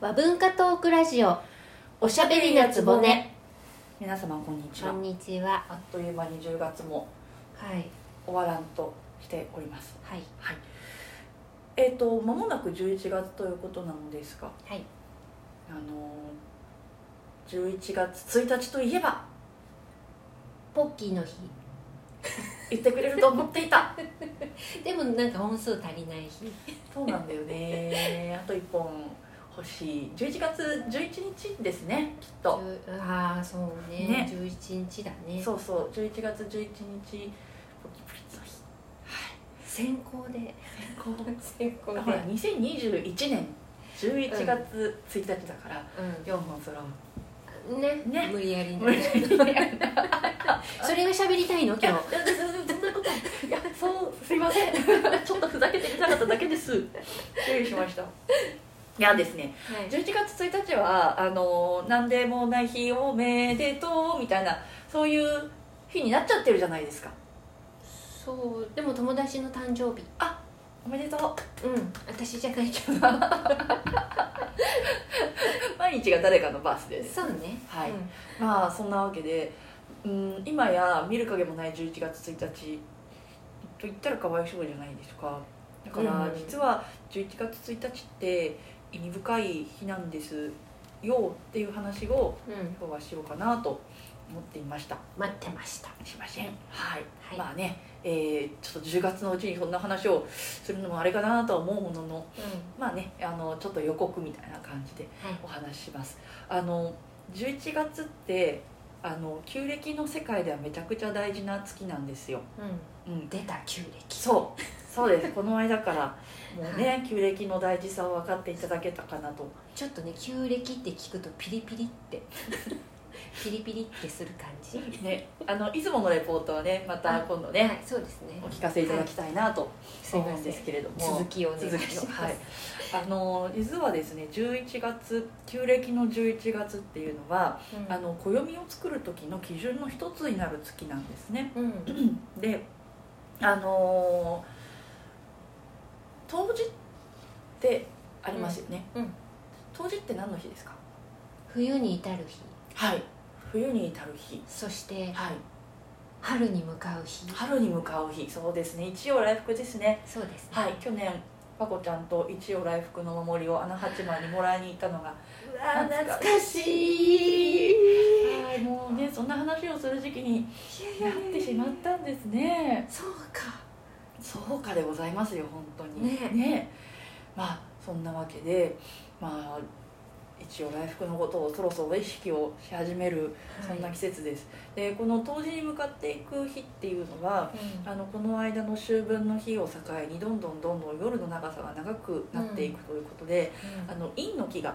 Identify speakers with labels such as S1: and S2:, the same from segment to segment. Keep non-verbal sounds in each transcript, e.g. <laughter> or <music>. S1: 和文化トークラジオおしゃべりなつぼね
S2: 皆様こんにち
S1: こ
S2: は
S1: んにちは
S2: あっという間に10月も
S1: はい
S2: 終わらんとしております
S1: はい
S2: はいえっ、と間もなく11月ということなのですが
S1: はい
S2: あのー、11月1日といえば
S1: ポッキーの日
S2: 言ってくれると思っていた
S1: <laughs> でもなんか本数足りない日
S2: そうなんだよ <laughs> ねあと1本欲しい11月11日ですねきっと
S1: じゅうああそうね
S2: ね
S1: 11日だね
S2: そうそう11月11日ポキポキの日
S1: 先行
S2: <laughs>
S1: で
S2: こう
S1: 先
S2: <laughs>
S1: 行
S2: ほら2021年11月1日だから4本揃う
S1: うんね
S2: ね
S1: 無理やり
S2: 無理
S1: ねそれが喋りたいの今日
S2: <laughs> いやそうすいません <laughs> ちょっとふざけてみたかっただけです <laughs> 注意しましたいやですね
S1: はい
S2: 11月1日はあの何でもない日おめでとうみたいなそういう日になっちゃってるじゃないですか
S1: そうでも友達の誕生日
S2: おめでとう <laughs>
S1: うん私じゃないけど
S2: 毎日が誰かのバースデーです
S1: そうね
S2: はい
S1: うん
S2: まあそんなわけでうん今や見る影もない11月1日と言ったらかわいそうじゃないですかだから
S1: うん
S2: 実は11月1日って意味深い日なんですよっていう話を
S1: うん
S2: 今日はしようかなと思っていました
S1: 待ってました
S2: しませんはい、
S1: はい
S2: まあね、えーちょっと10月のうちにそんな話をするのもあれかなとは思うものの
S1: う
S2: まあねあのちょっと予告みたいな感じで
S1: んはい
S2: お話ししますあの11月ってあの旧暦の世界ではめちゃくちゃ大事な月なんですよ、
S1: うん
S2: うん、
S1: 出た旧暦
S2: そうそう
S1: <laughs>
S2: ですこの間からもうね、旧暦の大事さを分かっていただけたかなと
S1: ちょっとね旧暦って聞くとピリピリって <laughs> ピリピリってする感じ
S2: ねあの出雲のレポートはねまた今度
S1: は
S2: ね
S1: いそうですね
S2: お聞かせいただきたいなと
S1: すい
S2: 思うん
S1: ませ
S2: で
S1: ん
S2: すけれども
S1: 続きをお願いし
S2: 続
S1: ま
S2: き
S1: す
S2: をはいあの伊豆はですね11月旧暦の11月っていうのは
S1: うん
S2: あの暦を作る時の基準の一つになる月なんですね
S1: うん
S2: であのー冬至ってありますよね、
S1: うんうん
S2: 冬至って何の日ですか
S1: 冬に至る日
S2: はい冬に至る日
S1: そして
S2: はい
S1: 春に向かう日
S2: 春に向かう日そうですね一応来福ですね
S1: そうですね
S2: はい去年パコちゃんと一応来福のお守りを穴八幡にもらいに行ったのが
S1: うわー懐かしい
S2: はいもうねそんな話をする時期になってしまったんですね
S1: そうか
S2: そうかでございますよ本当に
S1: ね
S2: まあそんなわけでまあ一応来福のことをそろそろ意識をし始めるそんな
S1: はい
S2: 季節です、でこの冬至に向かっていく日っていうのは
S1: うん
S2: あのこの間の秋分の日を境にどんどんどんどん夜の長さが長くなっていくということで、あの陰の木が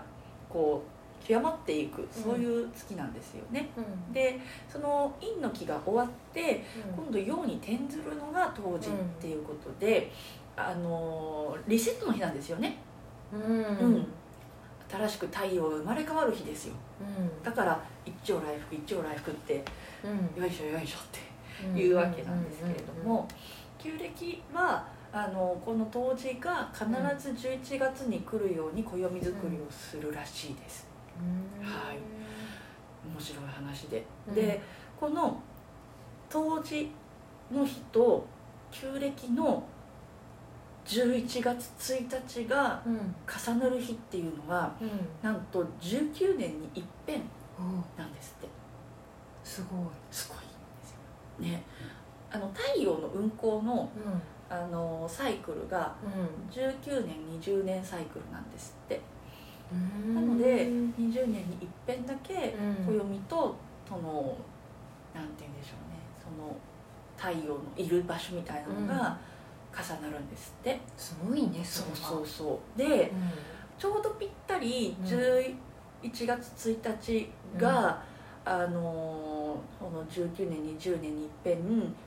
S2: こう極まっていくそういう月なんですよね、
S1: うんうん
S2: でその陰の木が終わって
S1: うん
S2: 今度陽に転ずるのが冬至っていうことで、あのーリセットの日なんですよね
S1: うん
S2: うん新しく太陽が生まれ変わる日ですよだから一朝来福一朝来福って
S1: うん
S2: よいしょよいしょっ
S1: うん
S2: ていうわけなんですけれども旧暦はあのこの冬至が必ず11月に来るように暦作りをするらしいです
S1: うん
S2: はい面白い話で、
S1: うん
S2: でこの冬至の日と旧暦の11月1日が
S1: うん
S2: 重なる日っていうのは
S1: うん
S2: なんと19年に一遍
S1: おう
S2: なんですって
S1: すごい
S2: すごいんですよねあの太陽の運行の
S1: うん
S2: あのサイクルが
S1: う
S2: 19年20年サイクルなんですって
S1: ん
S2: なの
S1: う
S2: で
S1: ん
S2: 20年に一遍だけ暦とそのなんて言うんでしょうねその太陽のいる場所みたいなのが重なるんですって、
S1: すごいね
S2: そ
S1: そうう
S2: そ
S1: そう
S2: うそうで
S1: ん
S2: ちょうどぴったり
S1: うん
S2: 11月1日が、あのーこの19年20年にいっぺん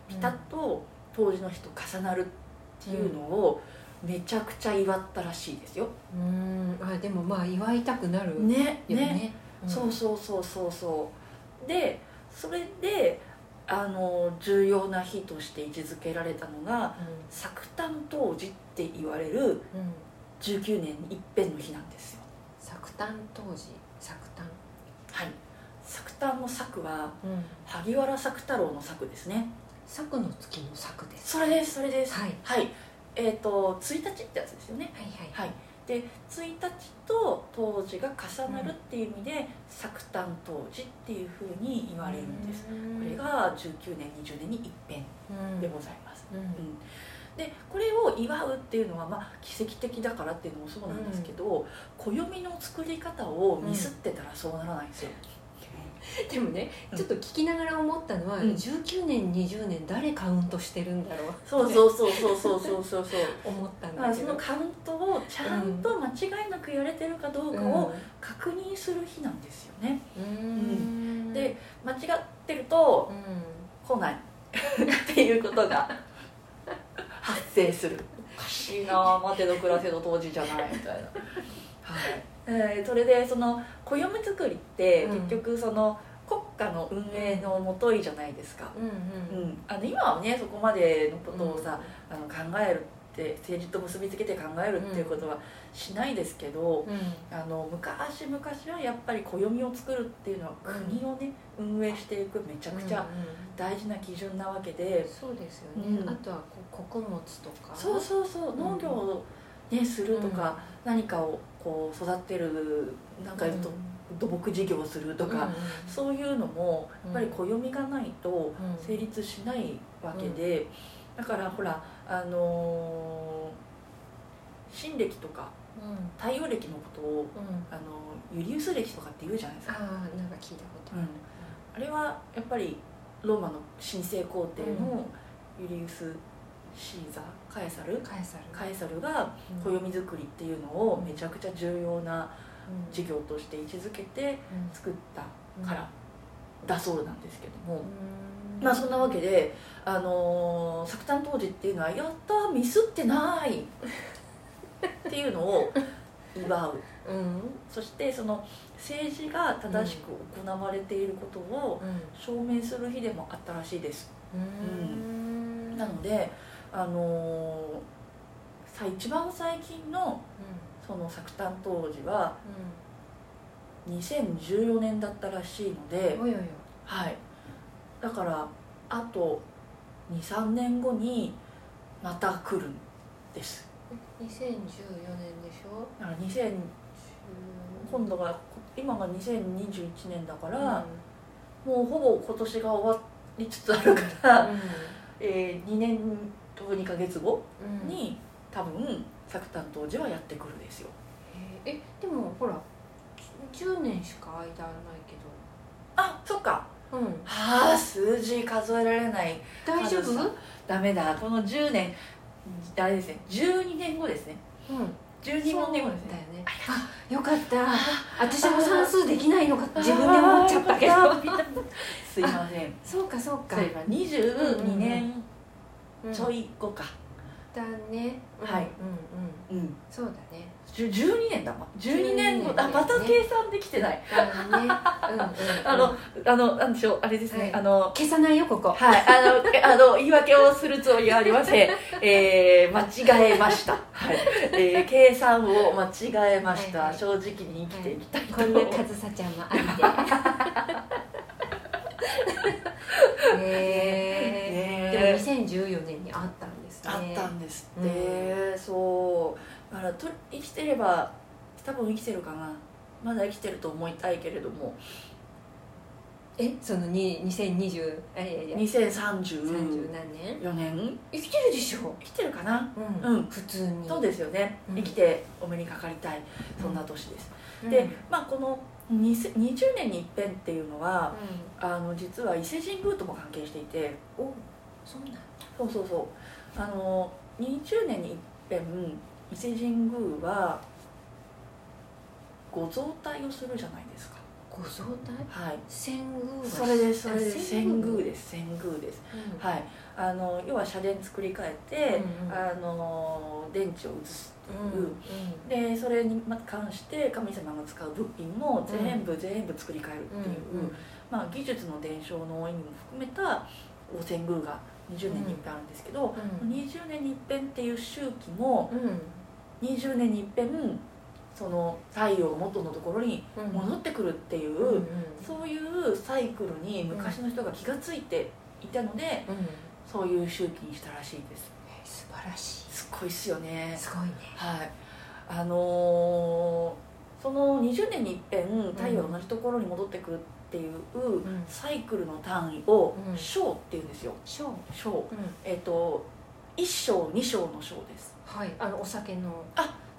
S2: ピタッと当時の日と重なるっていうのをめちゃくちゃ祝ったらしいですよ。
S1: うんあでもまあ祝いたくなるよね
S2: ね
S1: ん
S2: そうそうそうそうそうでそれであの重要な日として位置づけられたのが作誕冬至って言われる
S1: うんうん
S2: 19年に一遍の日なんですよ
S1: 作炭当時作炭
S2: はい作炭の作は
S1: うん
S2: 萩原作太郎の作ですね
S1: 作の月の作です
S2: それですそれです
S1: はい
S2: はいえっ、と1日ってやつですよね
S1: はいは
S2: は
S1: い
S2: いで1日と当時が重なるっていう意味で、作炭当時っていうふうに言われるんです、
S1: こ
S2: これが19年20年に一遍でございます、でこれを祝うっていうのは、まあ、奇跡的だからっていうのもそうなんですけど、暦の作り方をミスってたらそうならないんですよ、
S1: でもねちょっと聞きながら思ったのは、
S2: うん
S1: 19年20年誰カウントしてるんだろう
S2: そうそうそうそうそうそう <laughs> そうそう
S1: 思ったん
S2: まあ
S1: だ
S2: そ
S1: け
S2: の
S1: ど
S2: カウントをちゃんと間違いなくやれてるかどうかを確認する日なんですよね
S1: うん
S2: で間違ってると
S1: う
S2: 来ないっていうことが発生するおかしいな待てど暮らせど当時じゃないみたいなはい、えーそれでその暦作りって
S1: うん
S2: 結局その国家の運営のもといじゃないですか、
S1: んうん
S2: う
S1: うん
S2: ん、あの今はねそこまでのことを
S1: うん
S2: さ、あの考えるって政治と結びつけて考えるっていうことはしないですけど、あの昔々はやっぱり暦を作るっていうのは国をね、運営していくめちゃくちゃ大事な基準なわけで、
S1: そうですよね、
S2: うん
S1: あとはこう穀物とか
S2: そうそうそう農業を、ねするとか、何かをこう育てるなんかど土木事業をすると
S1: と
S2: か、そういうのもやっぱり暦がないと
S1: うん
S2: 成立しないわけで、だからほらあのー新暦とか
S1: うんうん
S2: 太陽暦のことをあのユリウス暦とかって言うじゃないです
S1: ああ
S2: か。
S1: なんか聞いたこと
S2: うん
S1: ある、
S2: あれはやっぱりローマの神聖皇帝のユリウス・シーザーカエサル
S1: カエサル
S2: カエサルが
S1: うん
S2: 暦作りっていうのをめちゃくちゃ重要な事業として位置づけて
S1: うん
S2: 作ったからだそうなんですけども、
S1: うん
S2: まあそんなわけで、あのー作炭当時っていうのはやったーミスってない <laughs> っていうのを祝う
S1: うん
S2: そしてその政治が正しく行われていることを、
S1: うん
S2: 証明する日でもあったらしいです
S1: うん
S2: なのであのーさ一番最近のその作炭当時は2014年だったらしいので
S1: うん、およよ
S2: はい、だからあと23年後にまた来るんです
S1: 2014年でしょ
S2: だから2000今度が今が2021年だから、もうほぼ今年が終わりつつあるから、え2年と2ヶ月後
S1: うんうん
S2: に多分作担当時はやってくるですよ
S1: えーえでもほら10年しか間ないけ
S2: あそっか
S1: どうん
S2: はあ数字数えられない
S1: 大丈夫
S2: 数さダメだこの10年あれですね12年後ですね
S1: うん
S2: 12
S1: そう
S2: 年
S1: だよ
S2: 後
S1: ね
S2: ですね
S1: あよかった私も算数できないのか自分で思っちゃったけど
S2: あーピタピタすいません
S1: そうかそうか
S2: そういえば22年ちょ
S1: い
S2: い後か
S1: だねうん
S2: はい
S1: うんうん
S2: うん
S1: そうだね
S2: じゅ12年だわ12年後
S1: 12年
S2: あまた計算できてない
S1: だねうんうんうん
S2: あのあのなんでしょうあれですね、
S1: はい
S2: あの
S1: 消さないよここ
S2: はい、あの、えあの、言い訳をするつもりはありま
S1: <laughs>
S2: せん。えー、間違えました。はい、え
S1: <laughs>
S2: ー、計算を間違えました。
S1: はいはい
S2: 正直に生きていきたいと
S1: こん
S2: 思
S1: ない
S2: ます。
S1: かずさちゃんもあ
S2: <laughs>
S1: りでへえでも
S2: ね
S1: 2014年にあったんですね
S2: あったんですって、そう、だから、と、生きてれば、多分生きてるかな。まだ生きてると思いたいけれども、
S1: えそのに2020あいやいや
S2: 二千三十
S1: 30何年
S2: 四年、
S1: 生きてるでしょ
S2: 生きてるかな。
S1: う
S2: うん
S1: 普通に
S2: そうですよね、
S1: うん
S2: 生きてお目にかかりたい、そんな年です。で、
S1: うん
S2: まあ、この20 20年に一遍っていうのは、あの実は伊勢神宮とも関係していて
S1: おそうなんだ
S2: そうそうそうあの20年に一遍伊勢神宮はご造体をするじゃないですか
S1: ご相対
S2: はい
S1: 遷宮は
S2: それですそれです
S1: あ
S2: 遷宮です遷宮です
S1: うん
S2: はいあの要は社殿作り替えて、
S1: うんうん
S2: あの電池を移す
S1: うんうん
S2: でそれに関して神様が使う物品も全部全部作り替えるっていう、
S1: うん
S2: まあ、技術の伝承の意味も含めた汚染宮が20年に一遍あるんですけど、
S1: うん
S2: 20年に一遍っていう周期も
S1: うん
S2: 20年に一遍その太陽が元のところに
S1: うん
S2: 戻ってくるっていう、
S1: うんうん
S2: そういうサイクルに昔の人が気が付いていたので、
S1: うん
S2: そういう周期にしたらしいです
S1: 素晴らし
S2: すっごいっすよね
S1: いすごいね
S2: はいあのーその20年に一遍太陽が同じところに戻ってくるっていう、
S1: ん
S2: サイクルの単位を
S1: うん
S2: 章っていうんですよ
S1: 小
S2: 章えっ、と一章二章の章です
S1: はいあのお酒の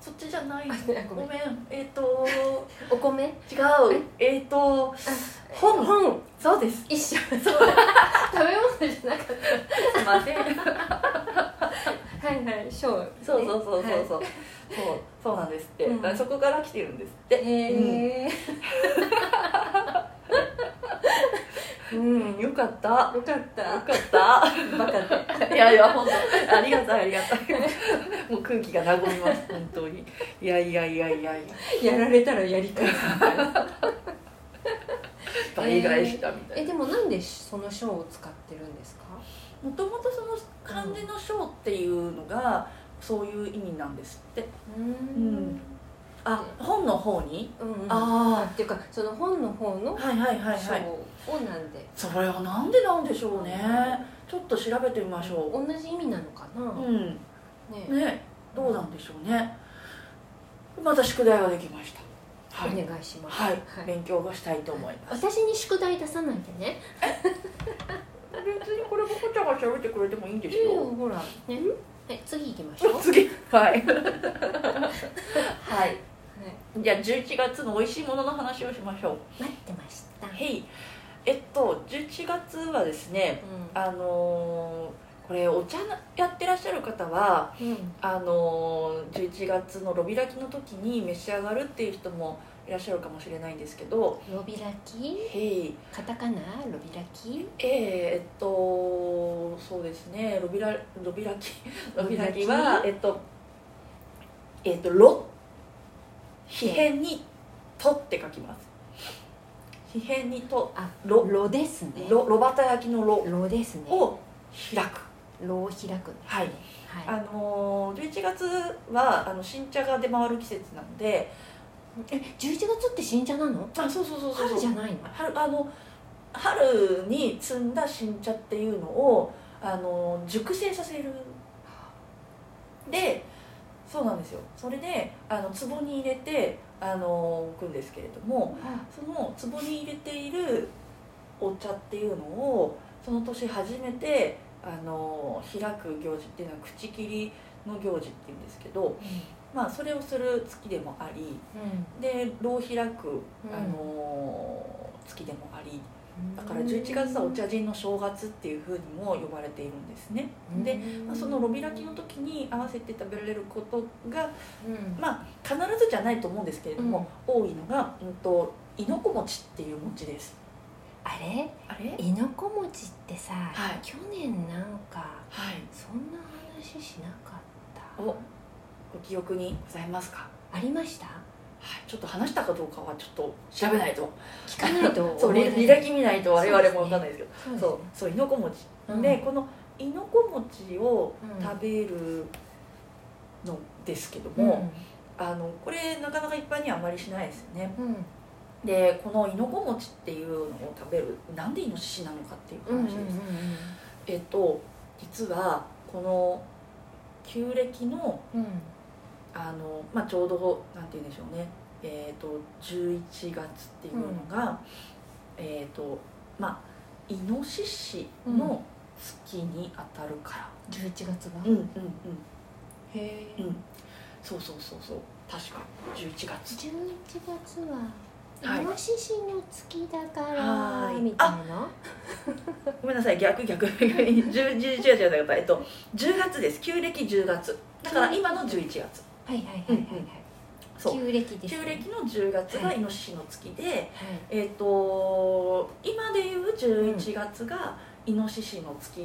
S2: そっちじゃない
S1: あねご
S2: ご
S1: め
S2: め
S1: ん
S2: んえっ、 <laughs> と
S1: お米
S2: 違うえっ、と本
S1: 本
S2: <laughs> そうです
S1: 一緒食べ物じゃなかっ
S2: すいません
S1: たはいはい小
S2: <laughs> そうそうそうそう
S1: う
S2: そう、そうそうなんですって、
S1: うん
S2: だからそこから来てるんですって
S1: へえうんよ
S2: よかったよ
S1: かった
S2: かった
S1: バカ
S2: <laughs>
S1: で
S2: いやいや本当ありがたいありがた <laughs> いもう空気が和みます本当にいやいやいやいやいや
S1: やられたらやり返す
S2: 倍返しだみたい
S1: え
S2: な
S1: でもなんでその賞を使ってるんですか
S2: もともとその漢字の章っていうのがそういう意味なんですって
S1: う
S2: うんあ本の方に
S1: うんああ
S2: あ
S1: っていうかその本の方
S2: あ
S1: の
S2: はいはいはい
S1: 賞
S2: はい
S1: をなんで
S2: それはなんでなんでしょうねちょっと調べてみましょ
S1: 同じ意味なのかな
S2: ううん
S1: ね
S2: ねどうなんでしょうねまた宿題ができましたは
S1: お
S2: い、
S1: 願いします
S2: はい、勉強がしたいと思います
S1: 私に宿題出さないでね
S2: 別にこれもこちゃがしゃべってくれてもいいんで
S1: いいよほらねはい次行きましょうは
S2: 次はい <laughs> はい
S1: い
S2: じゃあ11月の美味しいものの話をしましょう
S1: 待ってました
S2: はいえっと11月はですね
S1: う
S2: あのーこれお茶なやってらっしゃる方は
S1: ん
S2: あのー11月のロビラキの時に召し上がるっていう人もいらっしゃるかもしれないんですけど
S1: ロビラキ
S2: へい
S1: カタカナロビラキ
S2: えーえっとそうですねロビラロビラキ
S1: ロ
S2: ロ
S1: ビ
S2: ビ
S1: ラ
S2: ラ
S1: キ
S2: キはえっとえっとロ皮辺にとって書きます皮辺にと
S1: あ
S2: ロ
S1: ロですね
S2: ロロバタ焼きのロ
S1: ロですね
S2: を開く
S1: ロを開くんですね
S2: はい
S1: はい
S2: あのー11月はあの新茶が出回る季節なので
S1: え11月って新茶なの
S2: あそうそうそうそう
S1: 春じゃないの
S2: 春あの春に摘んだ新茶っていうのをあの熟成させるでそうなんですよそれであの壺に入れてあの置くんですけれどもその壺に入れているお茶っていうのをその年初めてあの開く行事っていうのは口切りの行事っていうんですけど、まあ、それをする月でもありで炉を開く、
S1: うん
S2: あの月でもあり
S1: うん
S2: だから11月はお茶人の正月っていうふうにも呼ばれているんですね、でまあ、その炉開きの時に合わせて食べられることが、
S1: うん
S2: まあ、必ずじゃないと思うんですけれども、多いのが、うん、といのこ餅っていう餅です
S1: あれ
S2: あれはい
S1: いのこ餅ってさ
S2: はい
S1: 去年なんかそんな話しなかっ
S2: おご記憶にございますか
S1: たあり
S2: <laughs>
S1: ました
S2: はいちょっと話したかどうかはちょっと調べないと
S1: 聞かないと
S2: そう
S1: 思い
S2: リ
S1: 出せ
S2: リラキ見ないと我々も分かんないですけど
S1: そうですね
S2: そうそういのこ餅、
S1: うん
S2: でこのいのこ餅を
S1: うん
S2: 食べるのですけど
S1: うん
S2: も、あのこれなかなか一般にはあまりしないですよね
S1: うん
S2: でこのいのこ餅っていうのを食べるなんでイノシシなのかっていう
S1: うんうん
S2: 話です、えっと実はこの旧暦の
S1: うんうん
S2: あの、まあ、ちょうどなんて言うんでしょうね、えー、と11月っていうのが、えっ、とまあイノシシの月に当たるから、
S1: 11月が
S2: うん、うんうん
S1: へ
S2: うんそうそうそうそう確か11月
S1: 11月は
S2: はい
S1: イノシシの月だから、
S2: はーい
S1: みたいな
S2: ごめんなさい逆 <laughs> 逆10 11月じゃなかったえっと10月です旧暦10月だから今の11月
S1: はいはいはいはい
S2: そう
S1: はい旧暦です
S2: 旧
S1: ね
S2: 暦の10月がイノシシの月で、
S1: はい
S2: えっ、と今でいう11月がイノシシの月、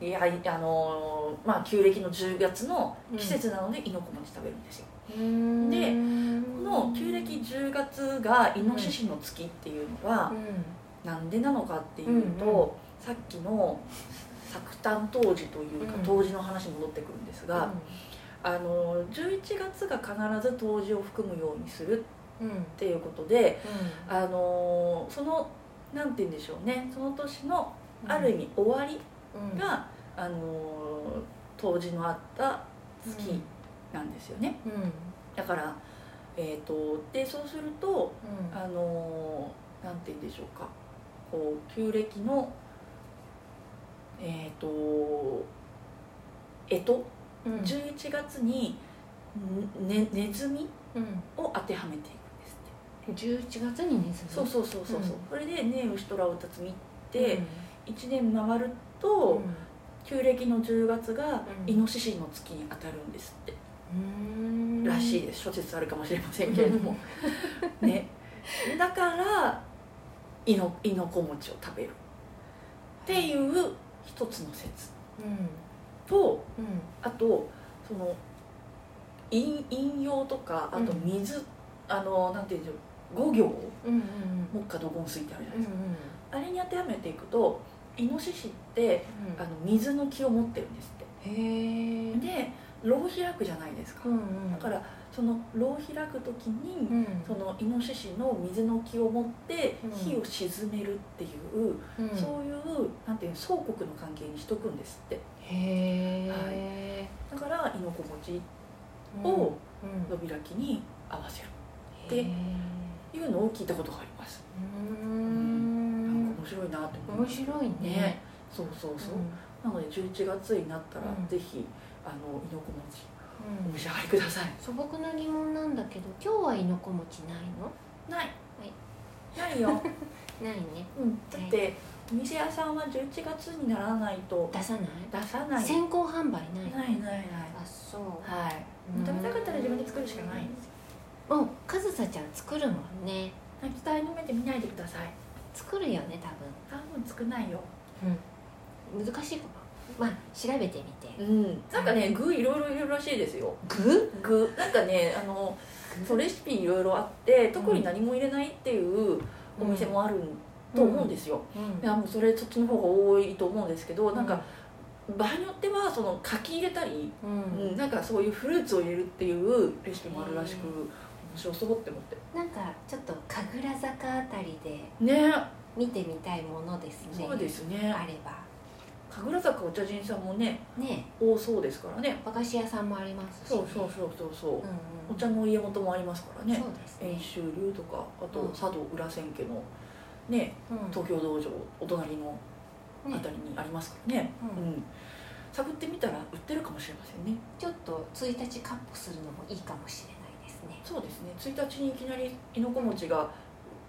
S2: いやいあのーまあ旧暦の10月の季節なのでイノコ餅食べるんですよ、
S1: うーん
S2: で
S1: こ
S2: この旧暦10月がイノシシの月っていうのはなんでなのかっていうと、
S1: うんう
S2: さっきの作炭当時というか
S1: うん
S2: 当時の話に戻ってくるんですが、あの11月が必ず冬至を含むようにする
S1: うんうん
S2: っていうことであのそのなんて言うんでしょうねその年のある意味終わり
S1: うん
S2: が、あの冬至のあった月なんですよね、
S1: うんうん
S2: だから、えー、とでそうするとあのなんて言うんでしょうかこう旧暦のえっ、とえと
S1: うんうん
S2: 11月に、ね、ネズミ
S1: うん
S2: を当てはめていくんですって。
S1: 11月にね
S2: そうそうそうそうそう、
S1: うん
S2: それで「ねえ牛虎をたつみ」っ
S1: で
S2: て1年回ると、旧暦の10月が
S1: う
S2: イ
S1: ん
S2: ノシシの月に当たるんですって、
S1: うん
S2: らしいです諸説あるかもしれませんけれどもねだからいのいのこ餅を食べるっていう一つの説
S1: うん
S2: と
S1: うん
S2: あとその飲飲用とかあと水、あのなんていうんでしょう5行
S1: うんうん
S2: 木下土金水ってあるじゃないですか
S1: うんう、ん
S2: あれに当てはめていくとイノシシってあの水の気を持ってるんですっ
S1: へえ
S2: てで炉を開くじゃないですか、
S1: うんうん
S2: だからその炉を開く時に、
S1: うん
S2: そのイノシシの水の気を持って
S1: うん
S2: 火を沈めるっていう、
S1: うん
S2: そういうなんていうの相国の関係にしとくんですって
S1: へえ、
S2: だからイノコ餅
S1: うん
S2: を
S1: うん
S2: 炉開きに合わせる
S1: へ
S2: で
S1: え
S2: っていうのを聞いたことがあります、
S1: うー
S2: なん
S1: ん
S2: か面白いなって思い
S1: 面
S2: ます
S1: 白いね
S2: ねそうそうそう、なので11月になったら、
S1: うん
S2: ぜひあの亥の子餅
S1: うん
S2: お召し上がりください。
S1: 素朴な疑問なんだけど今日はいのこ餅ないの
S2: ない。ないよ。
S1: ないね
S2: うん。だってお店屋さんは11月にならないと
S1: 出さない
S2: 出さない。
S1: 先行販売ない
S2: ないないない。
S1: あそう
S2: はい。
S1: うん
S2: 食べたかったら自分で作るしかないんですよ。
S1: もうかずさちゃん作るもんね
S2: 泣きたいの目で見ないでください。
S1: 作るよね
S2: 多分作んないよ。
S1: 多分難しいかもまあ調べてみて
S2: うん。なんかね具いろいろいるらしいですよ。
S1: 具
S2: 具なんかねあのそうレシピいろいろあって特に何も入れないっていうお店もあると思うんですよ。
S1: うん
S2: いやもうそれそっちの方が多いと思うんですけどなんか場合によってはその柿入れたり、
S1: うん
S2: うんなんかそういうフルーツを入れるっていうレシピもあるらしく
S1: へ
S2: 面白そうって思って
S1: なんかちょっと神楽坂あたりで
S2: ね
S1: 見てみたいものですね
S2: そうです
S1: あ
S2: ね
S1: れば
S2: 神楽坂お茶人さんもね
S1: ね
S2: 多そうですからね
S1: 和菓子屋さんもありますし
S2: そうそうそうそうそう、
S1: うんうん
S2: お茶の家元もありますからね
S1: そうです
S2: 遠
S1: ね
S2: 州流とかあと
S1: うん
S2: 佐渡裏千家のね
S1: うん
S2: 東京道場お隣のあた
S1: ね
S2: りにありますからね
S1: うん
S2: うん探ってみたら売ってるかもしれませんね
S1: ちょっと1日カップするのもいいかもしれないですね
S2: そうですね1日にいきなりいのこ餅が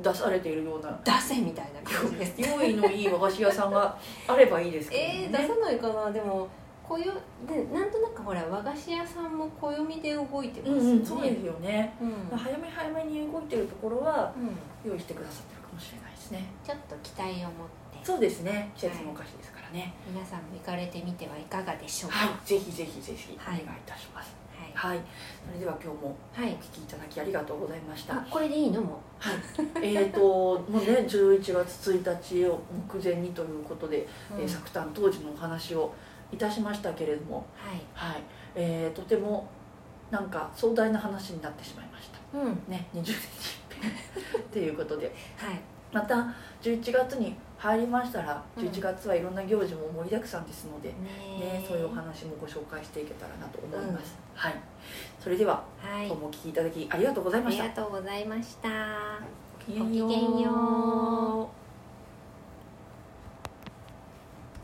S2: 出されているような
S1: 出せみたいな感じです
S2: 用意のいい和菓子屋さんが <laughs> あればいいですけど
S1: えー、
S2: ね、
S1: 出さないかなでもこよでなんとなくほら和菓子屋さんも暦で動いてます
S2: うん
S1: よ
S2: う
S1: ね、
S2: んそうですよね、
S1: うん
S2: 早め早めに動いてるところは
S1: うん
S2: 用意してくださってるかもしれないですね
S1: ちょっと期待を持って
S2: そうですね季節のお菓子ですからね
S1: 皆さんも行かれてみてはいかがでしょうか
S2: はい、ぜひぜひぜひお
S1: は
S2: 願
S1: い
S2: いいたします
S1: はい、
S2: はい、それでは今日も
S1: はい
S2: お聞きいただきありがとうございました、
S1: あこれでいいのも
S2: <laughs> えっともうね11月1日を目前にということで、
S1: う、
S2: えー
S1: は
S2: 作誕当時のお話をいたしましたけれども
S1: い、
S2: はい、えーとてもなんか壮大な話になってしまいました
S1: うんはい
S2: ね20年に一遍ということで <laughs> また11月に入りましたら
S1: うん
S2: 11月はいろんな行事も盛りだくさんですので、
S1: ねえ
S2: ね、そういうお話もご紹介していけたらなと思います、はいそれでは
S1: はい
S2: 今日もお聞きいただきありがとうござい
S1: あ
S2: ました
S1: りがとうございました
S2: ごき
S1: ごきげんよう